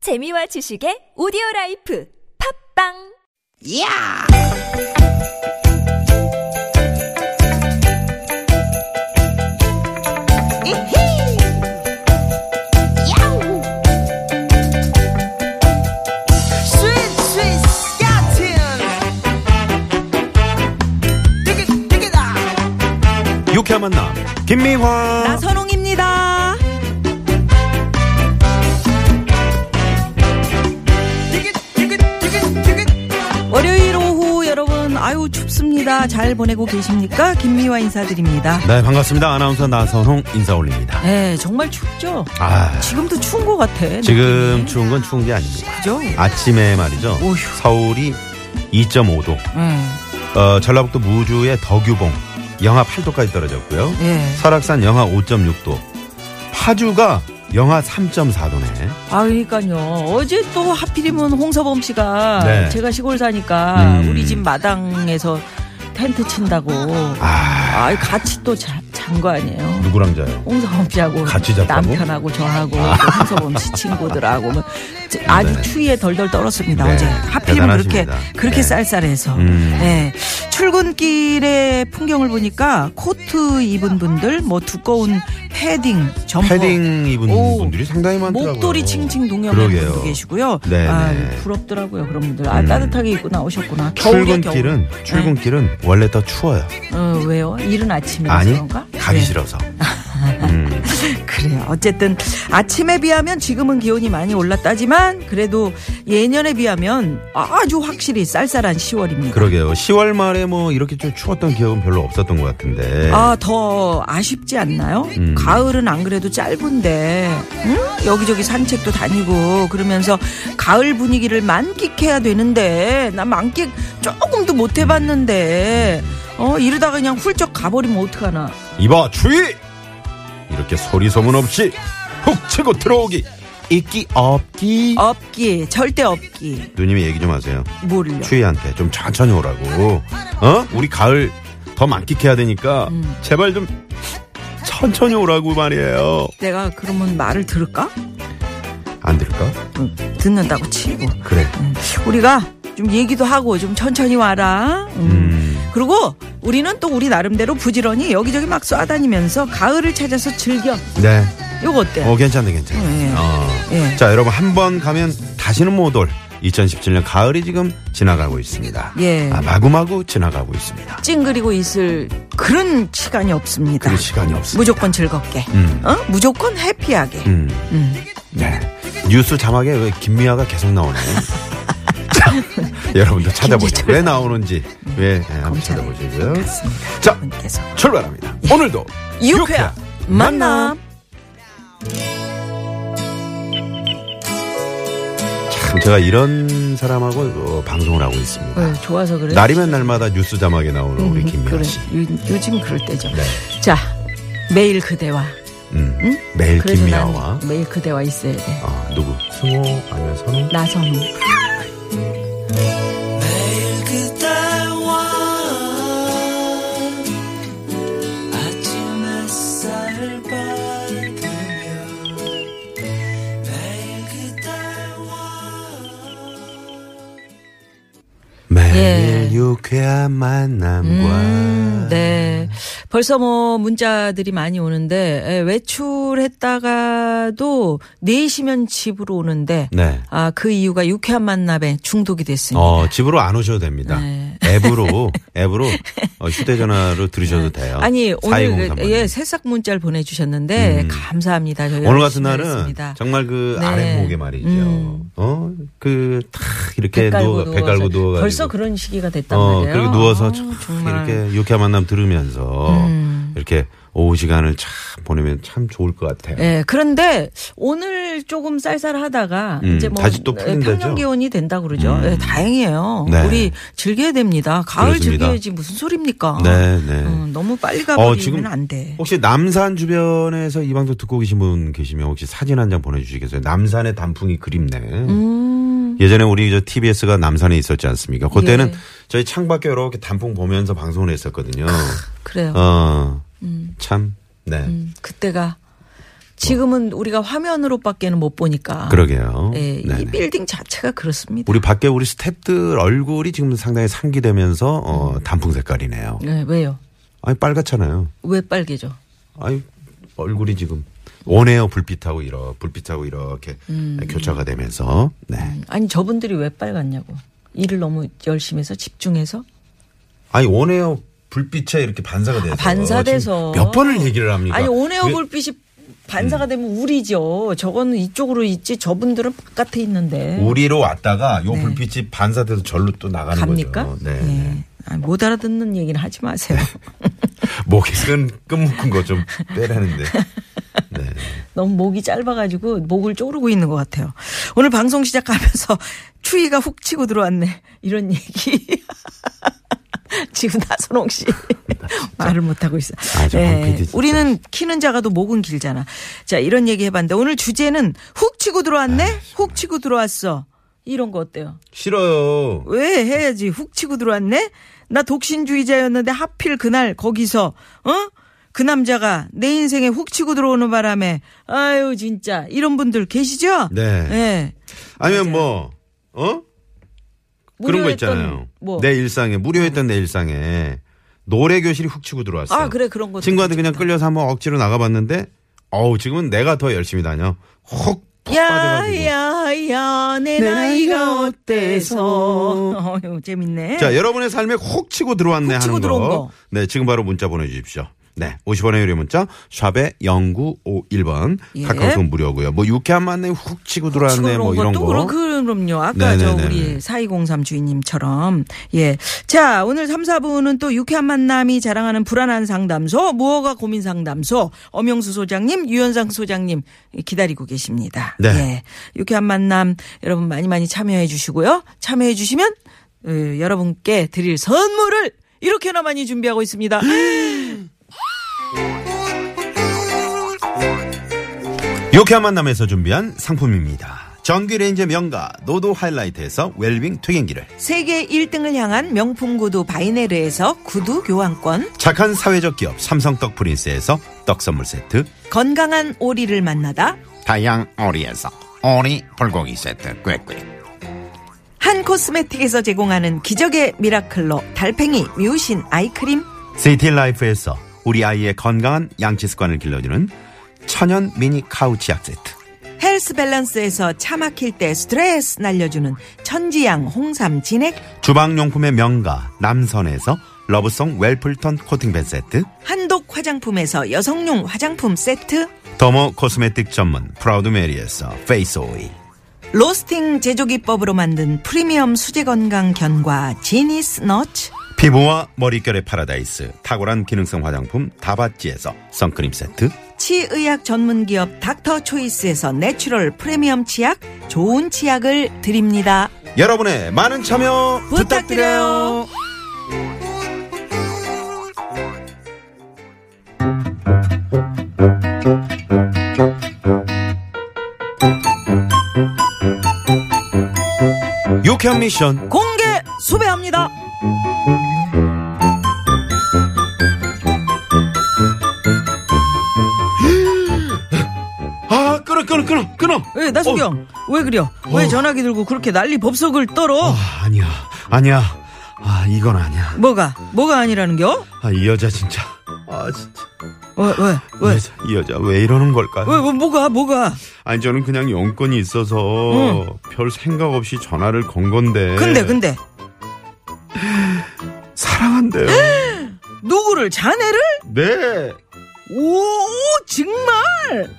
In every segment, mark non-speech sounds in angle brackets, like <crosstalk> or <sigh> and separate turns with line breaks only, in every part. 재미와 지식의 오디오 라이프 팝빵
야! 이히! 야우! 스윗, 스윗, 야틴! 띠깃, 띠깃아!
유쾌한 만남 김미화
나선홍입니다.
띠깃, 띠깃, 띠깃, 띠깃!
월요일 오후 여러분 아유 춥습니다. 잘 보내고 계십니까? 김미화 인사드립니다.
네 반갑습니다 아나운서 나선홍 인사 올립니다
네 정말 춥죠.
아
지금도 추운 것 같아. 네,
지금 추운 건 추운 게 아닙니다
그죠? 예,
아침에 말이죠
오휴.
서울이 2.5도
네.
어, 전라북도 무주의 덕유봉 영하 8도까지 떨어졌고요
예.
설악산 영하 5.6도 파주가 영하 3.4도네
아 그러니까요. 어제 또 하필이면 홍서범 씨가
네.
제가 시골 사니까
음.
우리 집 마당에서 텐트 친다고.
아
아 같이 또 잔 거 아니에요.
누구랑 자요
홍서범 씨하고
같이 잤다고? 아.
남편하고 저하고 또 홍서범 씨 친구들하고 뭐 저- 아주
네.
추위에 덜덜 떨었습니다
네,
어제 하필이면 그렇게
대단하십니다.
그렇게
네.
쌀쌀해서
음.
네. 출근길의 풍경을 보니까 코트 입은 분들 뭐 두꺼운 패딩 점퍼
패딩 입은
네. 오,
분들이 상당히 많더라고요
목도리 칭칭 동여맨
그러게요.
분도 계시고요.
네,
아,
네.
부럽더라고요, 그런 분들. 아,
음.
따뜻하게 입고 나오셨구나. 겨울에 네.
출근길은 출근길은 원래 더 추워요
겨울. 어, 왜요? 이른 아침이라서
아니
그런가?
가기
네. <laughs>
싫어서 음.
그래요. 어쨌든 아침에 비하면 지금은 기온이 많이 올랐다지만 그래도 예년에 비하면 아주 확실히 쌀쌀한 10월입니다.
그러게요. 10월 말에 뭐 이렇게 좀 추웠던 기억은 별로 없었던 것 같은데.
아, 더 아쉽지 않나요?
음.
가을은 안 그래도 짧은데, 응? 여기저기 산책도 다니고, 그러면서 가을 분위기를 만끽해야 되는데, 나 만끽 조금도 못 해봤는데, 어, 이러다가 그냥 훌쩍 가버리면 어떡하나.
이봐 추위! 이렇게 소리 소문 없이 훅 치고 들어오기. 있기 없기.
어. 없기, 절대 없기.
누님이 얘기 좀 하세요.
모를려.
추위한테 좀 천천히 오라고. 어? 우리 가을 더 만끽해야 되니까
음.
제발 좀 천천히 오라고 말이에요.
내가 그러면 말을 들을까?
안 들을까?
응, 듣는다고 치고.
그래.
우리가 좀 얘기도 하고 좀 천천히 와라. 음.
음.
그리고 우리는 또 우리 나름대로 부지런히 여기저기 막 쏘아다니면서 가을을 찾아서 즐겨.
네.
요거 어때?
어, 괜찮네, 괜찮네.
예, 예.
어.
예.
자, 여러분 한 번 가면 다시는 못 올 2017년 가을이 지금 지나가고 있습니다.
예.
아, 마구마구 지나가고 있습니다.
찡그리고 있을 그런 시간이 없습니다.
그럴 시간이 없습니다.
아, 무조건 즐겁게.
음.
어? 무조건 해피하게.
음.
음.
네. 뉴스 자막에 왜 김미아가 계속 나오네.
<laughs>
자, 여러분도 찾아보시고 왜 나오는지
네.
왜 예, 한번 찾아보시고요. 자,
분께서
출발합니다. 오늘도
예. 유쾌한
유쾌한
만남.
참 제가 이런 사람하고 어, 방송을 하고 있습니다.
어, 좋아서 그래. 음,
날이면 날마다 뉴스 자막에 나오는 우리 김미아
그래.
씨. 네.
요, 즘 그럴 때죠. 자, 매일 그대와.
음. 매일
그래서
김미아와
난 매일 그대와 있어야 돼.
어, 누구? 승호 아니면 선호?
나선우.
네. 매일 유쾌한 만남과
네.
아.
음, 네. 벌써 뭐 문자들이 많이 오는데 예, 외출했다가도 4시면 집으로 오는데
네.
아, 그 이유가 유쾌한 만남에 중독이 됐습니다.
어, 집으로 안 오셔도 됩니다.
네.
앱으로,
<laughs>
앱으로 어, 휴대전화로 들으셔도 돼요.
네. 아니 오늘
4203
그,
번님.
예 새싹 문자를 보내주셨는데
음.
감사합니다. 저희가
오늘 같은
열심히
날은
하겠습니다.
정말 그
네.
아랫목에 말이죠.
음.
어, 그, 탁, 이렇게
배 깔고
누워, 배
누워서.
깔고 누워가지고.
벌써 그런 시기가 됐단
어,
말이에요.
그리고 누워서
아,
참
정말. 음.
이렇게 유쾌한 만남 들으면서 이렇게 오후 시간을 참 보내면 참 좋을 것 같아요.
예, 그런데 오늘 조금 쌀쌀하다가
음,
이제 뭐
다시 또
예,
풀린다죠?
평년 기온이 된다 그러죠.
음.
예, 다행이에요.
네.
우리 즐겨야 됩니다. 가을
그렇습니다.
즐겨야지 무슨 소리입니까?
네, 네.
음, 너무 빨리
어,
가버리면
지금
안 돼.
혹시 남산 주변에서 이 방송 듣고 계신 분 계시면 혹시 사진 한 장 보내주시겠어요? 남산의 단풍이 그립네. 예전에 우리 저 TBS가 남산에 있었지 않습니까? 그때는
음. 예.
저희 창밖에 이렇게 단풍 보면서 방송을
아,
했었거든요.
그래요.
어, 참, 네.
음, 그때가 지금은 우리가 화면으로밖에는 못 보니까.
그러게요.
예, 이
네네.
빌딩 자체가 그렇습니다.
우리 밖에 우리 스탭들 얼굴이 지금 상당히 상기되면서 어, 단풍 색깔이네요.
예, 왜요?
아니 빨갛잖아요.
왜 빨개져?
아니 얼굴이 지금 원해요 불빛하고 이러 불빛하고 이렇게
음.
교차가 되면서 네.
아니 저분들이 왜 빨갛냐고. 일을 너무 열심히 해서 집중해서
아니 원해요 불빛에 이렇게 반사가 돼서
아, 반사돼서
지금 몇 번을 얘기를 합니까?
아니 온에어
그게-
불빛이
음.
반사가 되면 우리죠. 저거는 이쪽으로 있지. 저분들은 바깥에 있는데.
우리로 왔다가 요 불빛이 반사돼서 절로 또 나가는
네. 갑니까?
거죠. 네.
예. 아, 못 알아듣는 얘기는 하지
<laughs>
마세요.
목에 끈, 끈 묶은 거 좀 빼라는데. 네.
너무 목이 짧아가지고 목을 쪼르고 있는 것 같아요. 오늘 방송 시작하면서 <laughs> 추위가 훅 치고 들어왔네. 이런 얘기. <laughs> 지금 나선홍 씨 말을 못 하고 있어. 네.
아, 저황 PD 진짜.
우리는 키는 작아도 목은 길잖아. 자 이런 얘기 해봤는데 오늘 주제는 훅 치고 들어왔네.
아,
훅 치고 들어왔어. 이런 거 어때요?
싫어요.
왜 해야지 훅 치고 들어왔네 나 독신주의자였는데 하필 그날 거기서 어 그 남자가 내 인생에 훅 치고 들어오는 바람에 아유 진짜 이런 분들 계시죠
네.
예.
아니면 뭐, 어? 그런 거
무료했던
있잖아요. 네.
뭐.
내 일상에, 무료했던 내 일상에 노래 교실이 훅 치고 들어왔어요.
아, 그래, 그런 것도
친구한테 그냥 끌려서 한번 억지로 나가봤는데, 어우, 지금은 내가 더 열심히 다녀. 훅, 푹 빠져가지고.
야야야 내
내
나이가
나이가
어때서
어때서.
<laughs> 어휴 재밌네
자, 여러분의 삶에 혹 치고 들어왔네
예. 혹 치고
하는 거.
들어온 거.
네, 지금 바로 문자 보내주십시오. 네, 50원의 유료 문자, 샵에 0951번,
예.
카카오톡 무료고요. 뭐, 유쾌한 만남에 훅 치고
치고
들어왔네, 뭐,
들어온
이런 거.
것도 그렇고, 그럼요. 아까 저
네네네네.
우리 4203 주인님처럼. 예. 자, 오늘 3, 4부는 또 유쾌한 만남이 자랑하는 불안한 상담소, 무허가 고민 상담소, 엄영수 소장님, 유현상 소장님 기다리고 계십니다.
네.
예. 유쾌한 만남 여러분 많이 많이 참여해 주시고요. 참여해 주시면 어, 여러분께 드릴 선물을 이렇게나 많이 준비하고 있습니다. <gasps>
유쾌한 만남에서 준비한 상품입니다. 전기레인지 명가, 노도 하이라이트에서 웰빙 튀김기를.
세계 1등을 향한 명품 구두 바이네르에서 구두 교환권.
착한 사회적 기업, 삼성떡 프린스에서 떡 선물 세트.
건강한 오리를 만나다
다양 오리에서 오리 불고기 세트 꾀꾀
한 코스메틱에서 제공하는 기적의 미라클로 달팽이 뮤신 아이크림
시티라이프에서 우리 아이의 건강한 양치 습관을 길러주는 천연 미니 카우치 약 세트.
헬스 밸런스에서 차 막힐 때 스트레스 날려주는 천지양 홍삼 진액
주방용품의 명가, 남선에서 러브송 웰플턴 코팅벤 세트.
한독 화장품에서 여성용 화장품 세트
더모 코스메틱 전문 프라우드 메리에서 페이스 오일.
로스팅 제조기법으로 만든 프리미엄 수제 건강 견과 지니스 너츠
피부와 머릿결의 파라다이스, 탁월한 기능성 화장품 다바찌에서 선크림 세트.
치의학 전문 기업 닥터 초이스에서 내추럴 프리미엄 치약 좋은 치약을 드립니다.
여러분의 많은 참여
부탁드려요.
부탁드려요. 유쾌한 미션
공개 수배합니다.
아 끊어 끊어 끊어 끊어
왜 예, 나수경 왜 그려? 왜
어.
전화기 들고 그렇게 난리 법석을 떨어?
아, 아니야 아니야 아 이건 아니야
뭐가 뭐가 아니라는겨? 어,
아 이 여자 진짜 아 진짜
왜왜왜왜
이 여자, 이 여자 왜 이러는 걸까요
왜, 뭐가 뭐가?
아니 저는 그냥 용건이 있어서 별 생각 없이 전화를 건 건데
근데 근데
사랑한대요
누구를 자네를?
네
오 정말?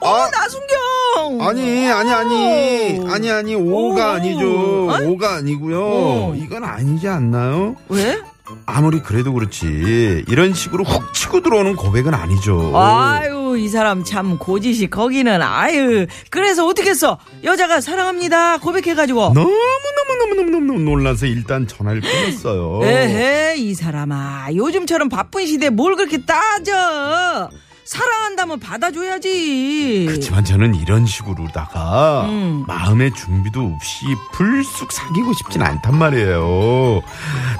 오 나순경
아. 아니 아니 아니
오.
아니 아니 오가
오. 어?
아니죠
아니?
오가 아니고요
오.
이건 아니지 않나요?
왜?
아무리 그래도 그렇지 이런 식으로 훅 치고 들어오는 고백은 아니죠.
아유 이 사람 참 고지식 거기는 아유 그래서 어떻겠어 여자가 사랑합니다 고백해가지고
너무 너무 너무 너무 너무 놀라서 일단 전화를 끊었어요.
에헤 이 사람아 요즘처럼 바쁜 시대에 뭘 그렇게 따져 사랑한다면 받아줘야지.
그렇지만 저는 이런 식으로다가 마음의 준비도 없이 불쑥 사귀고 싶진 않단 말이에요.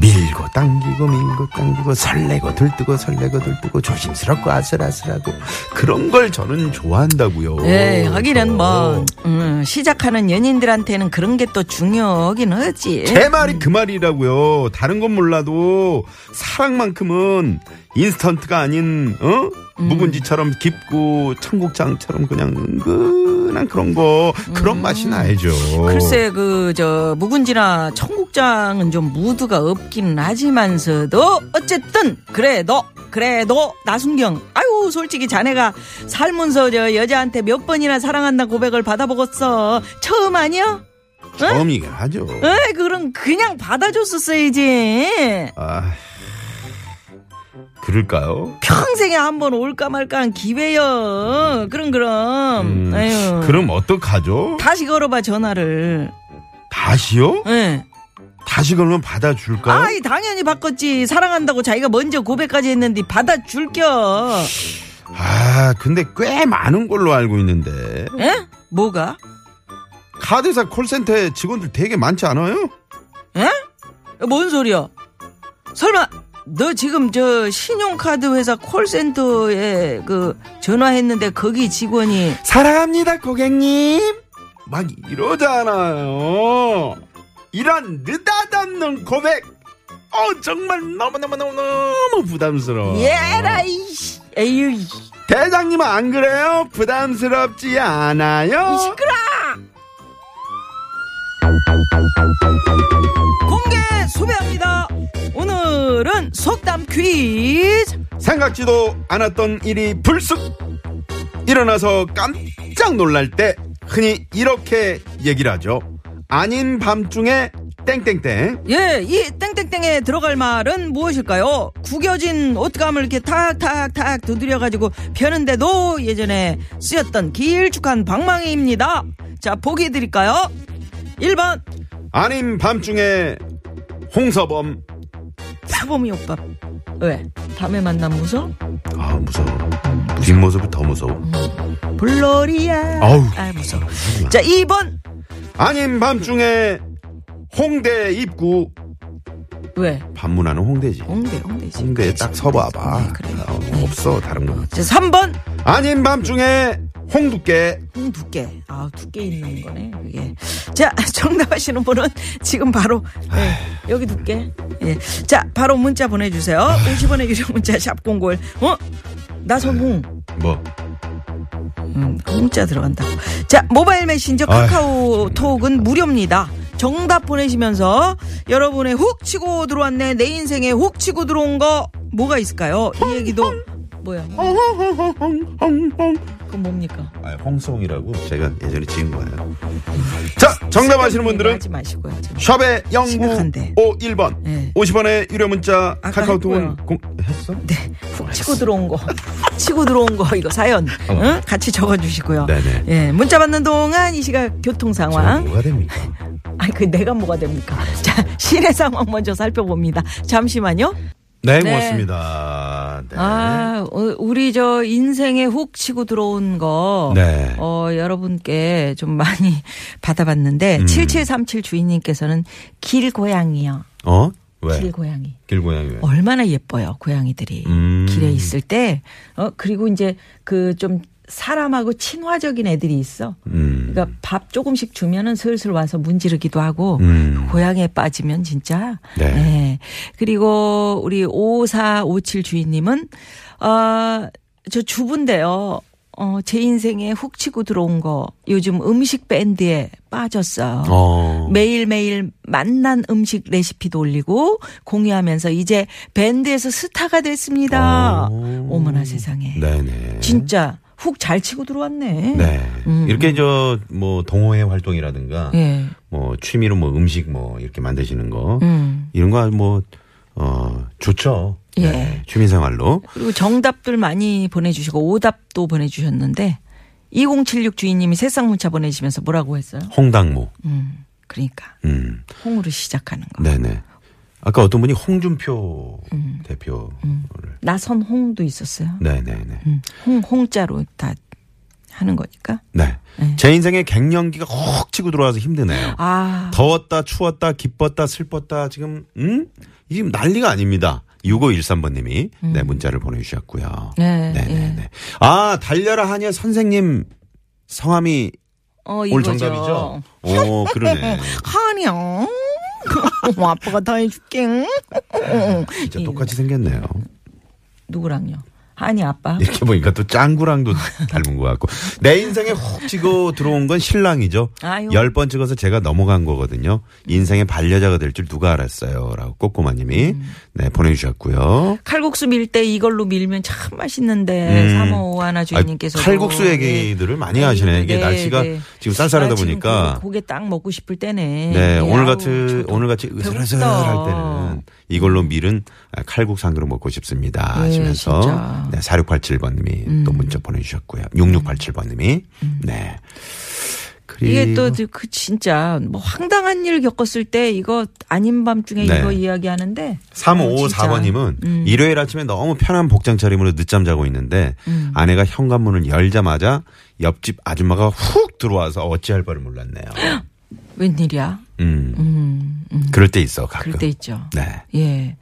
밀고 당기고 밀고 당기고 설레고 들뜨고 설레고 들뜨고 조심스럽고 아슬아슬하고 그런 걸 저는 좋아한다고요.
예, 하기는
그래서
뭐 음, 시작하는 연인들한테는 그런 게 또 중요하긴 하지.
제 말이 그 말이라고요. 다른 건 몰라도 사랑만큼은 인스턴트가 아닌 어?
음.
묵은지처럼 깊고 청국장처럼 그냥 은근한 그런 거 그런 맛이 나야죠.
음. 글쎄 그 저 묵은지나 청국장은 좀 무드가 없긴 하지만서도 어쨌든 그래도 그래도 나순경 아유 솔직히 자네가 살면서 저 여자한테 몇 번이나 사랑한다 고백을 받아보겠어 처음 아니야?
처음이긴 하죠.
에이 그럼 그냥 받아줬었어야지
아, 그럴까요?
평생에 한 번 올까 말까한 기회여 그럼 그럼
음,
아유
그럼 어떡하죠?
다시 걸어봐 전화를
다시요?
예.
다시 걸면 받아줄까요?
아이 당연히 바꿨지 사랑한다고 자기가 먼저 고백까지 했는데 받아줄겨
아, 근데 꽤 많은 걸로 알고 있는데.
에? 뭐가?
카드사 콜센터에 직원들 되게 많지 않아요?
에? 뭔 소리야 설마 너 지금 저 신용카드 회사 콜센터에 그 전화했는데 거기 직원이
사랑합니다, 고객님. 막 이러잖아요. 이런 느닷없는 고백. 어, 정말 너무너무너무너무 부담스러워.
예라 이씨 에휴 이
대장님은 안 그래요? 부담스럽지 않아요?
시끄러 공개 수배합니다 오늘은 속담 퀴즈
생각지도 않았던 일이 불쑥 일어나서 깜짝 놀랄 때 흔히 이렇게 얘기를 하죠. 아닌 밤중에 땡땡땡.
예, 이 땡땡땡에 들어갈 말은 무엇일까요? 구겨진 옷감을 이렇게 탁탁탁 두드려가지고 펴는데도 예전에 쓰였던 길쭉한 방망이입니다. 자, 보기 드릴까요? 1번,
아닌 밤중에 홍서범.
사범이 오빠. 왜? 다음에 만남 무서?
아 무서워. 뒷모습이 더 무서워.
블러리야.
아우.
아, 무서. 자, 2번,
아닌 밤중에 홍대 입구
왜?
반문하는 홍대지.
홍대, 홍대지.
홍대에
그치,
딱 서봐봐.
홍대지. 네, 그래.
어, 없어 다른 건.
자, 3번,
아닌 밤중에 홍두깨.
음, 두께. 아, 두께
음,
있는 거네, 그게. 자, <laughs> 정답하시는 분은 지금 바로, 예,
아.
여기 두께. 예. 자, 바로 문자 보내주세요.
아.
50원의 유료 문자, 샵공골. 어? 나선홍.
뭐?
음, 공짜 들어간다고. 자, 모바일 메신저
아휴,
카카오톡은 무료입니다. 정답 보내시면서 여러분의 훅 치고 들어왔네. 내 인생에 훅 치고 들어온 거 뭐가 있을까요? 이 얘기도 뭐야? 그건 뭡니까?
아, 홍송이라고 제가 예전에 지은 거예요. 자, 정답하시는 분들은
하지 마시고요. 지금.
샵의 영구
네, 심각한데.
51번
네.
50원의 유료 문자
아까
카카오톡은
했고요.
공... 했어?
네. 훅 치고 들어온 거. 치고 들어온 거, 이거 사연. 응? 같이 적어주시고요.
네네.
예. 문자 받는 동안 이 시각 교통
제가
상황.
뭐가 됩니까?
아니, 그 내가 뭐가 됩니까? <laughs> 자, 시내 상황 먼저 살펴봅니다. 잠시만요.
네,
네.
고맙습니다. 네.
아, 어, 우리 저 인생에 훅 치고 들어온 거.
네.
어, 여러분께 좀 많이 <laughs> 받아봤는데,
음.
7737 주인님께서는 길 고양이요.
어? 왜?
길 어, 고양이.
길고양이 왜?
네. 얼마나 예뻐요 고양이들이
음.
길에 있을 때 어, 그리고 이제 그 좀 사람하고 친화적인 애들이 있어.
음.
그러니까 밥 조금씩 주면은 슬슬 와서 문지르기도 하고
음.
고향에 빠지면 진짜.
네.
예. 그리고 우리 5457 주인님은 어저 주부인데요. 어, 제 인생에 훅 치고 들어온 거 요즘 음식 밴드에 빠졌어요.
어.
매일매일 맛난 음식 레시피도 올리고 공유하면서 이제 밴드에서 스타가 됐습니다.
어.
어머나 세상에.
네네.
진짜 훅 잘 치고 들어왔네.
네.
음,
이렇게 저 뭐 동호회 활동이라든가
예.
뭐 취미로 뭐 음식 뭐 이렇게 만드시는 거
음.
이런 거 뭐 어, 좋죠. 네.
예.
취미 생활로.
그리고 정답들 많이 보내주시고 오답도 보내주셨는데 2076 주인님이 새싹 문자 보내시면서 뭐라고 했어요?
홍당무.
음, 그러니까
음.
홍으로 시작하는 거.
네네. 아까 어떤 분이 홍준표
음.
대표를
나선홍도 있었어요.
네네네.
음, 홍, 홍자로 다 하는 거니까.
네.
네.
제 인생에 갱년기가 확 치고 들어와서 힘드네요.
아,
더웠다, 추웠다, 기뻤다, 슬펐다, 지금, 음? 지금 난리가 아닙니다. 6513번님이, 네, 문자를 보내주셨고요.
음. 네,
네네네. 아, 달려라 한예 선생님 성함이
어,
올
이거죠.
정답이죠? 오,
<laughs>
그러네.
하령. 뭐 아빠가 다 해줄게.
진짜
예.
똑같이 생겼네요.
누구랑요? 아니 아빠.
이렇게 보니까 또 짱구랑도 <laughs> 닮은 것 같고. 내 인생에 훅 찍어 들어온 건 신랑이죠.
아유.
열 번 찍어서 제가 넘어간 거거든요. 인생의 반려자가 될 줄 누가 알았어요. 라고 꼬꼬마님이
음.
네, 보내주셨고요.
칼국수 밀 때 이걸로 밀면 참 맛있는데
음.
삼호 하나 예. 주인님께서
아,
네.
칼국수 얘기들을 많이 하시네. 이게 날씨가 지금 쌀쌀하다 보니까.
고개 딱 먹고 싶을 때네.
네,
예,
오늘
아우,
같은
저도
오늘 같이 으슬으슬할 때는 이걸로 밀은 칼국상으로 먹고 싶습니다.
네,
하시면서
진짜. 음.
네, 4687번님이 또 문자 보내주셨고요. 6687번님이 네. 그리고
이게 또 그 진짜 뭐 황당한 일 겪었을 때 이거 아닌 밤중에
네.
이거 이야기하는데 아, 음,
3554번님은 일요일 아침에 너무 편한 복장 차림으로 늦잠 자고 있는데
음.
아내가 현관문을 열자마자 옆집 아줌마가 훅 들어와서 어찌할 바를 몰랐네요.
웬일이야?
음,
음, 음,
그럴 때 있어 가끔.
그럴 때 있죠.
네.
예.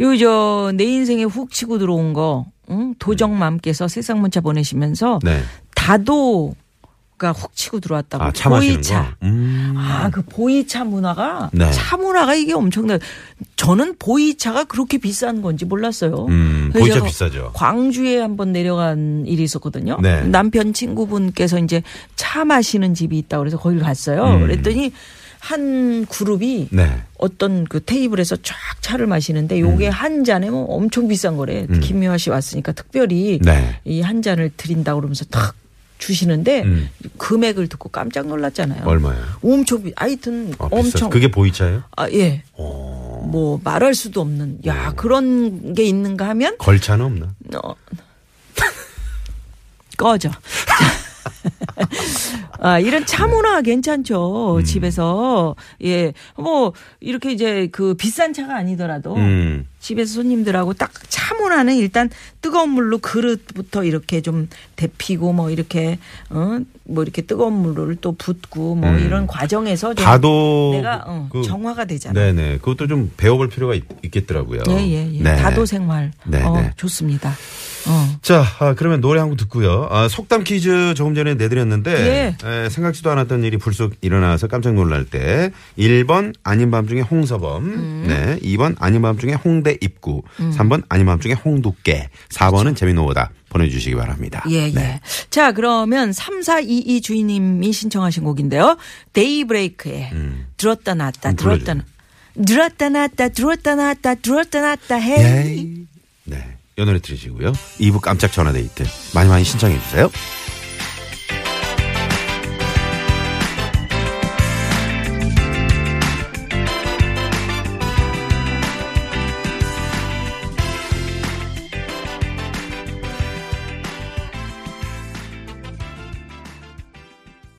요저 내 인생에 훅 치고 들어온 거 응? 도정맘께서 세상 문자 보내시면서
네.
다도가 훅 치고 들어왔다고.
아, 차 마시는 거.
보이차.
음.
아, 그 보이차 문화가
네.
차 문화가 이게 엄청나. 저는 보이차가 그렇게 비싼 건지 몰랐어요.
음,
그래서
보이차
제가
비싸죠.
광주에 한번 내려간 일이 있었거든요.
네.
남편 친구분께서 이제 차 마시는 집이 있다고 그래서 거길 갔어요.
음.
그랬더니 한 그룹이
네.
어떤 그 테이블에서 쫙 차를 마시는데 요게
음.
한 잔에 뭐 엄청 비싼 거래. 김미화 씨 왔으니까 특별히
네.
이 한 잔을 드린다 그러면서 탁 주시는데
음.
금액을 듣고 깜짝 놀랐잖아요.
얼마예요?
엄청 비, 하여튼
아, 비싸죠.
엄청
그게 보이차예요?
아 예.
어. 네.
뭐 말할 수도 없는 야 그런 게 있는가 하면
걸차는 없나?
어. <laughs> 꺼져. <laughs> 아, 이런 차문화 괜찮죠.
음.
집에서. 예. 뭐, 이렇게 이제 그 비싼 차가 아니더라도
음.
집에서 손님들하고 딱 차문화는 일단 뜨거운 물로 그릇부터 이렇게 좀 데피고 뭐 이렇게, 어, 뭐 이렇게 뜨거운 물을 또 붓고 뭐 이런 과정에서
음.
좀
다도 그
네. 내가 어, 정화가 되잖아요.
네, 네. 그것도 좀 배워볼 필요가 있, 겠더라고요
예, 예, 예. 다도 생활.
네,
어,
네.
좋습니다. 어.
자, 아, 그러면 노래 한 곡 듣고요. 아, 속담 퀴즈 조금 전에 내드렸는데
예.
에, 생각지도 않았던 일이 불쑥 일어나서 깜짝 놀랄 때 1번 아닌 밤중에 홍서범,
음.
네, 2번 아닌 밤중에 홍대 입구, 3번 아닌 밤중에 홍두깨, 4번은 재미노오다 보내주시기 바랍니다.
그렇죠. 예, 예.
네.
자, 그러면 3422 주인님이 신청하신 곡인데요. 데이브레이크에
음.
들었다 놨다,
한번 불러줘요.
들었다 놨다. 들었다 놨다, 들었다 놨다, 들었다 놨다 해.
예. 예이. 네. 이 노래 들으시고요. 2부 깜짝 전화데이트 많이 많이 신청해 주세요.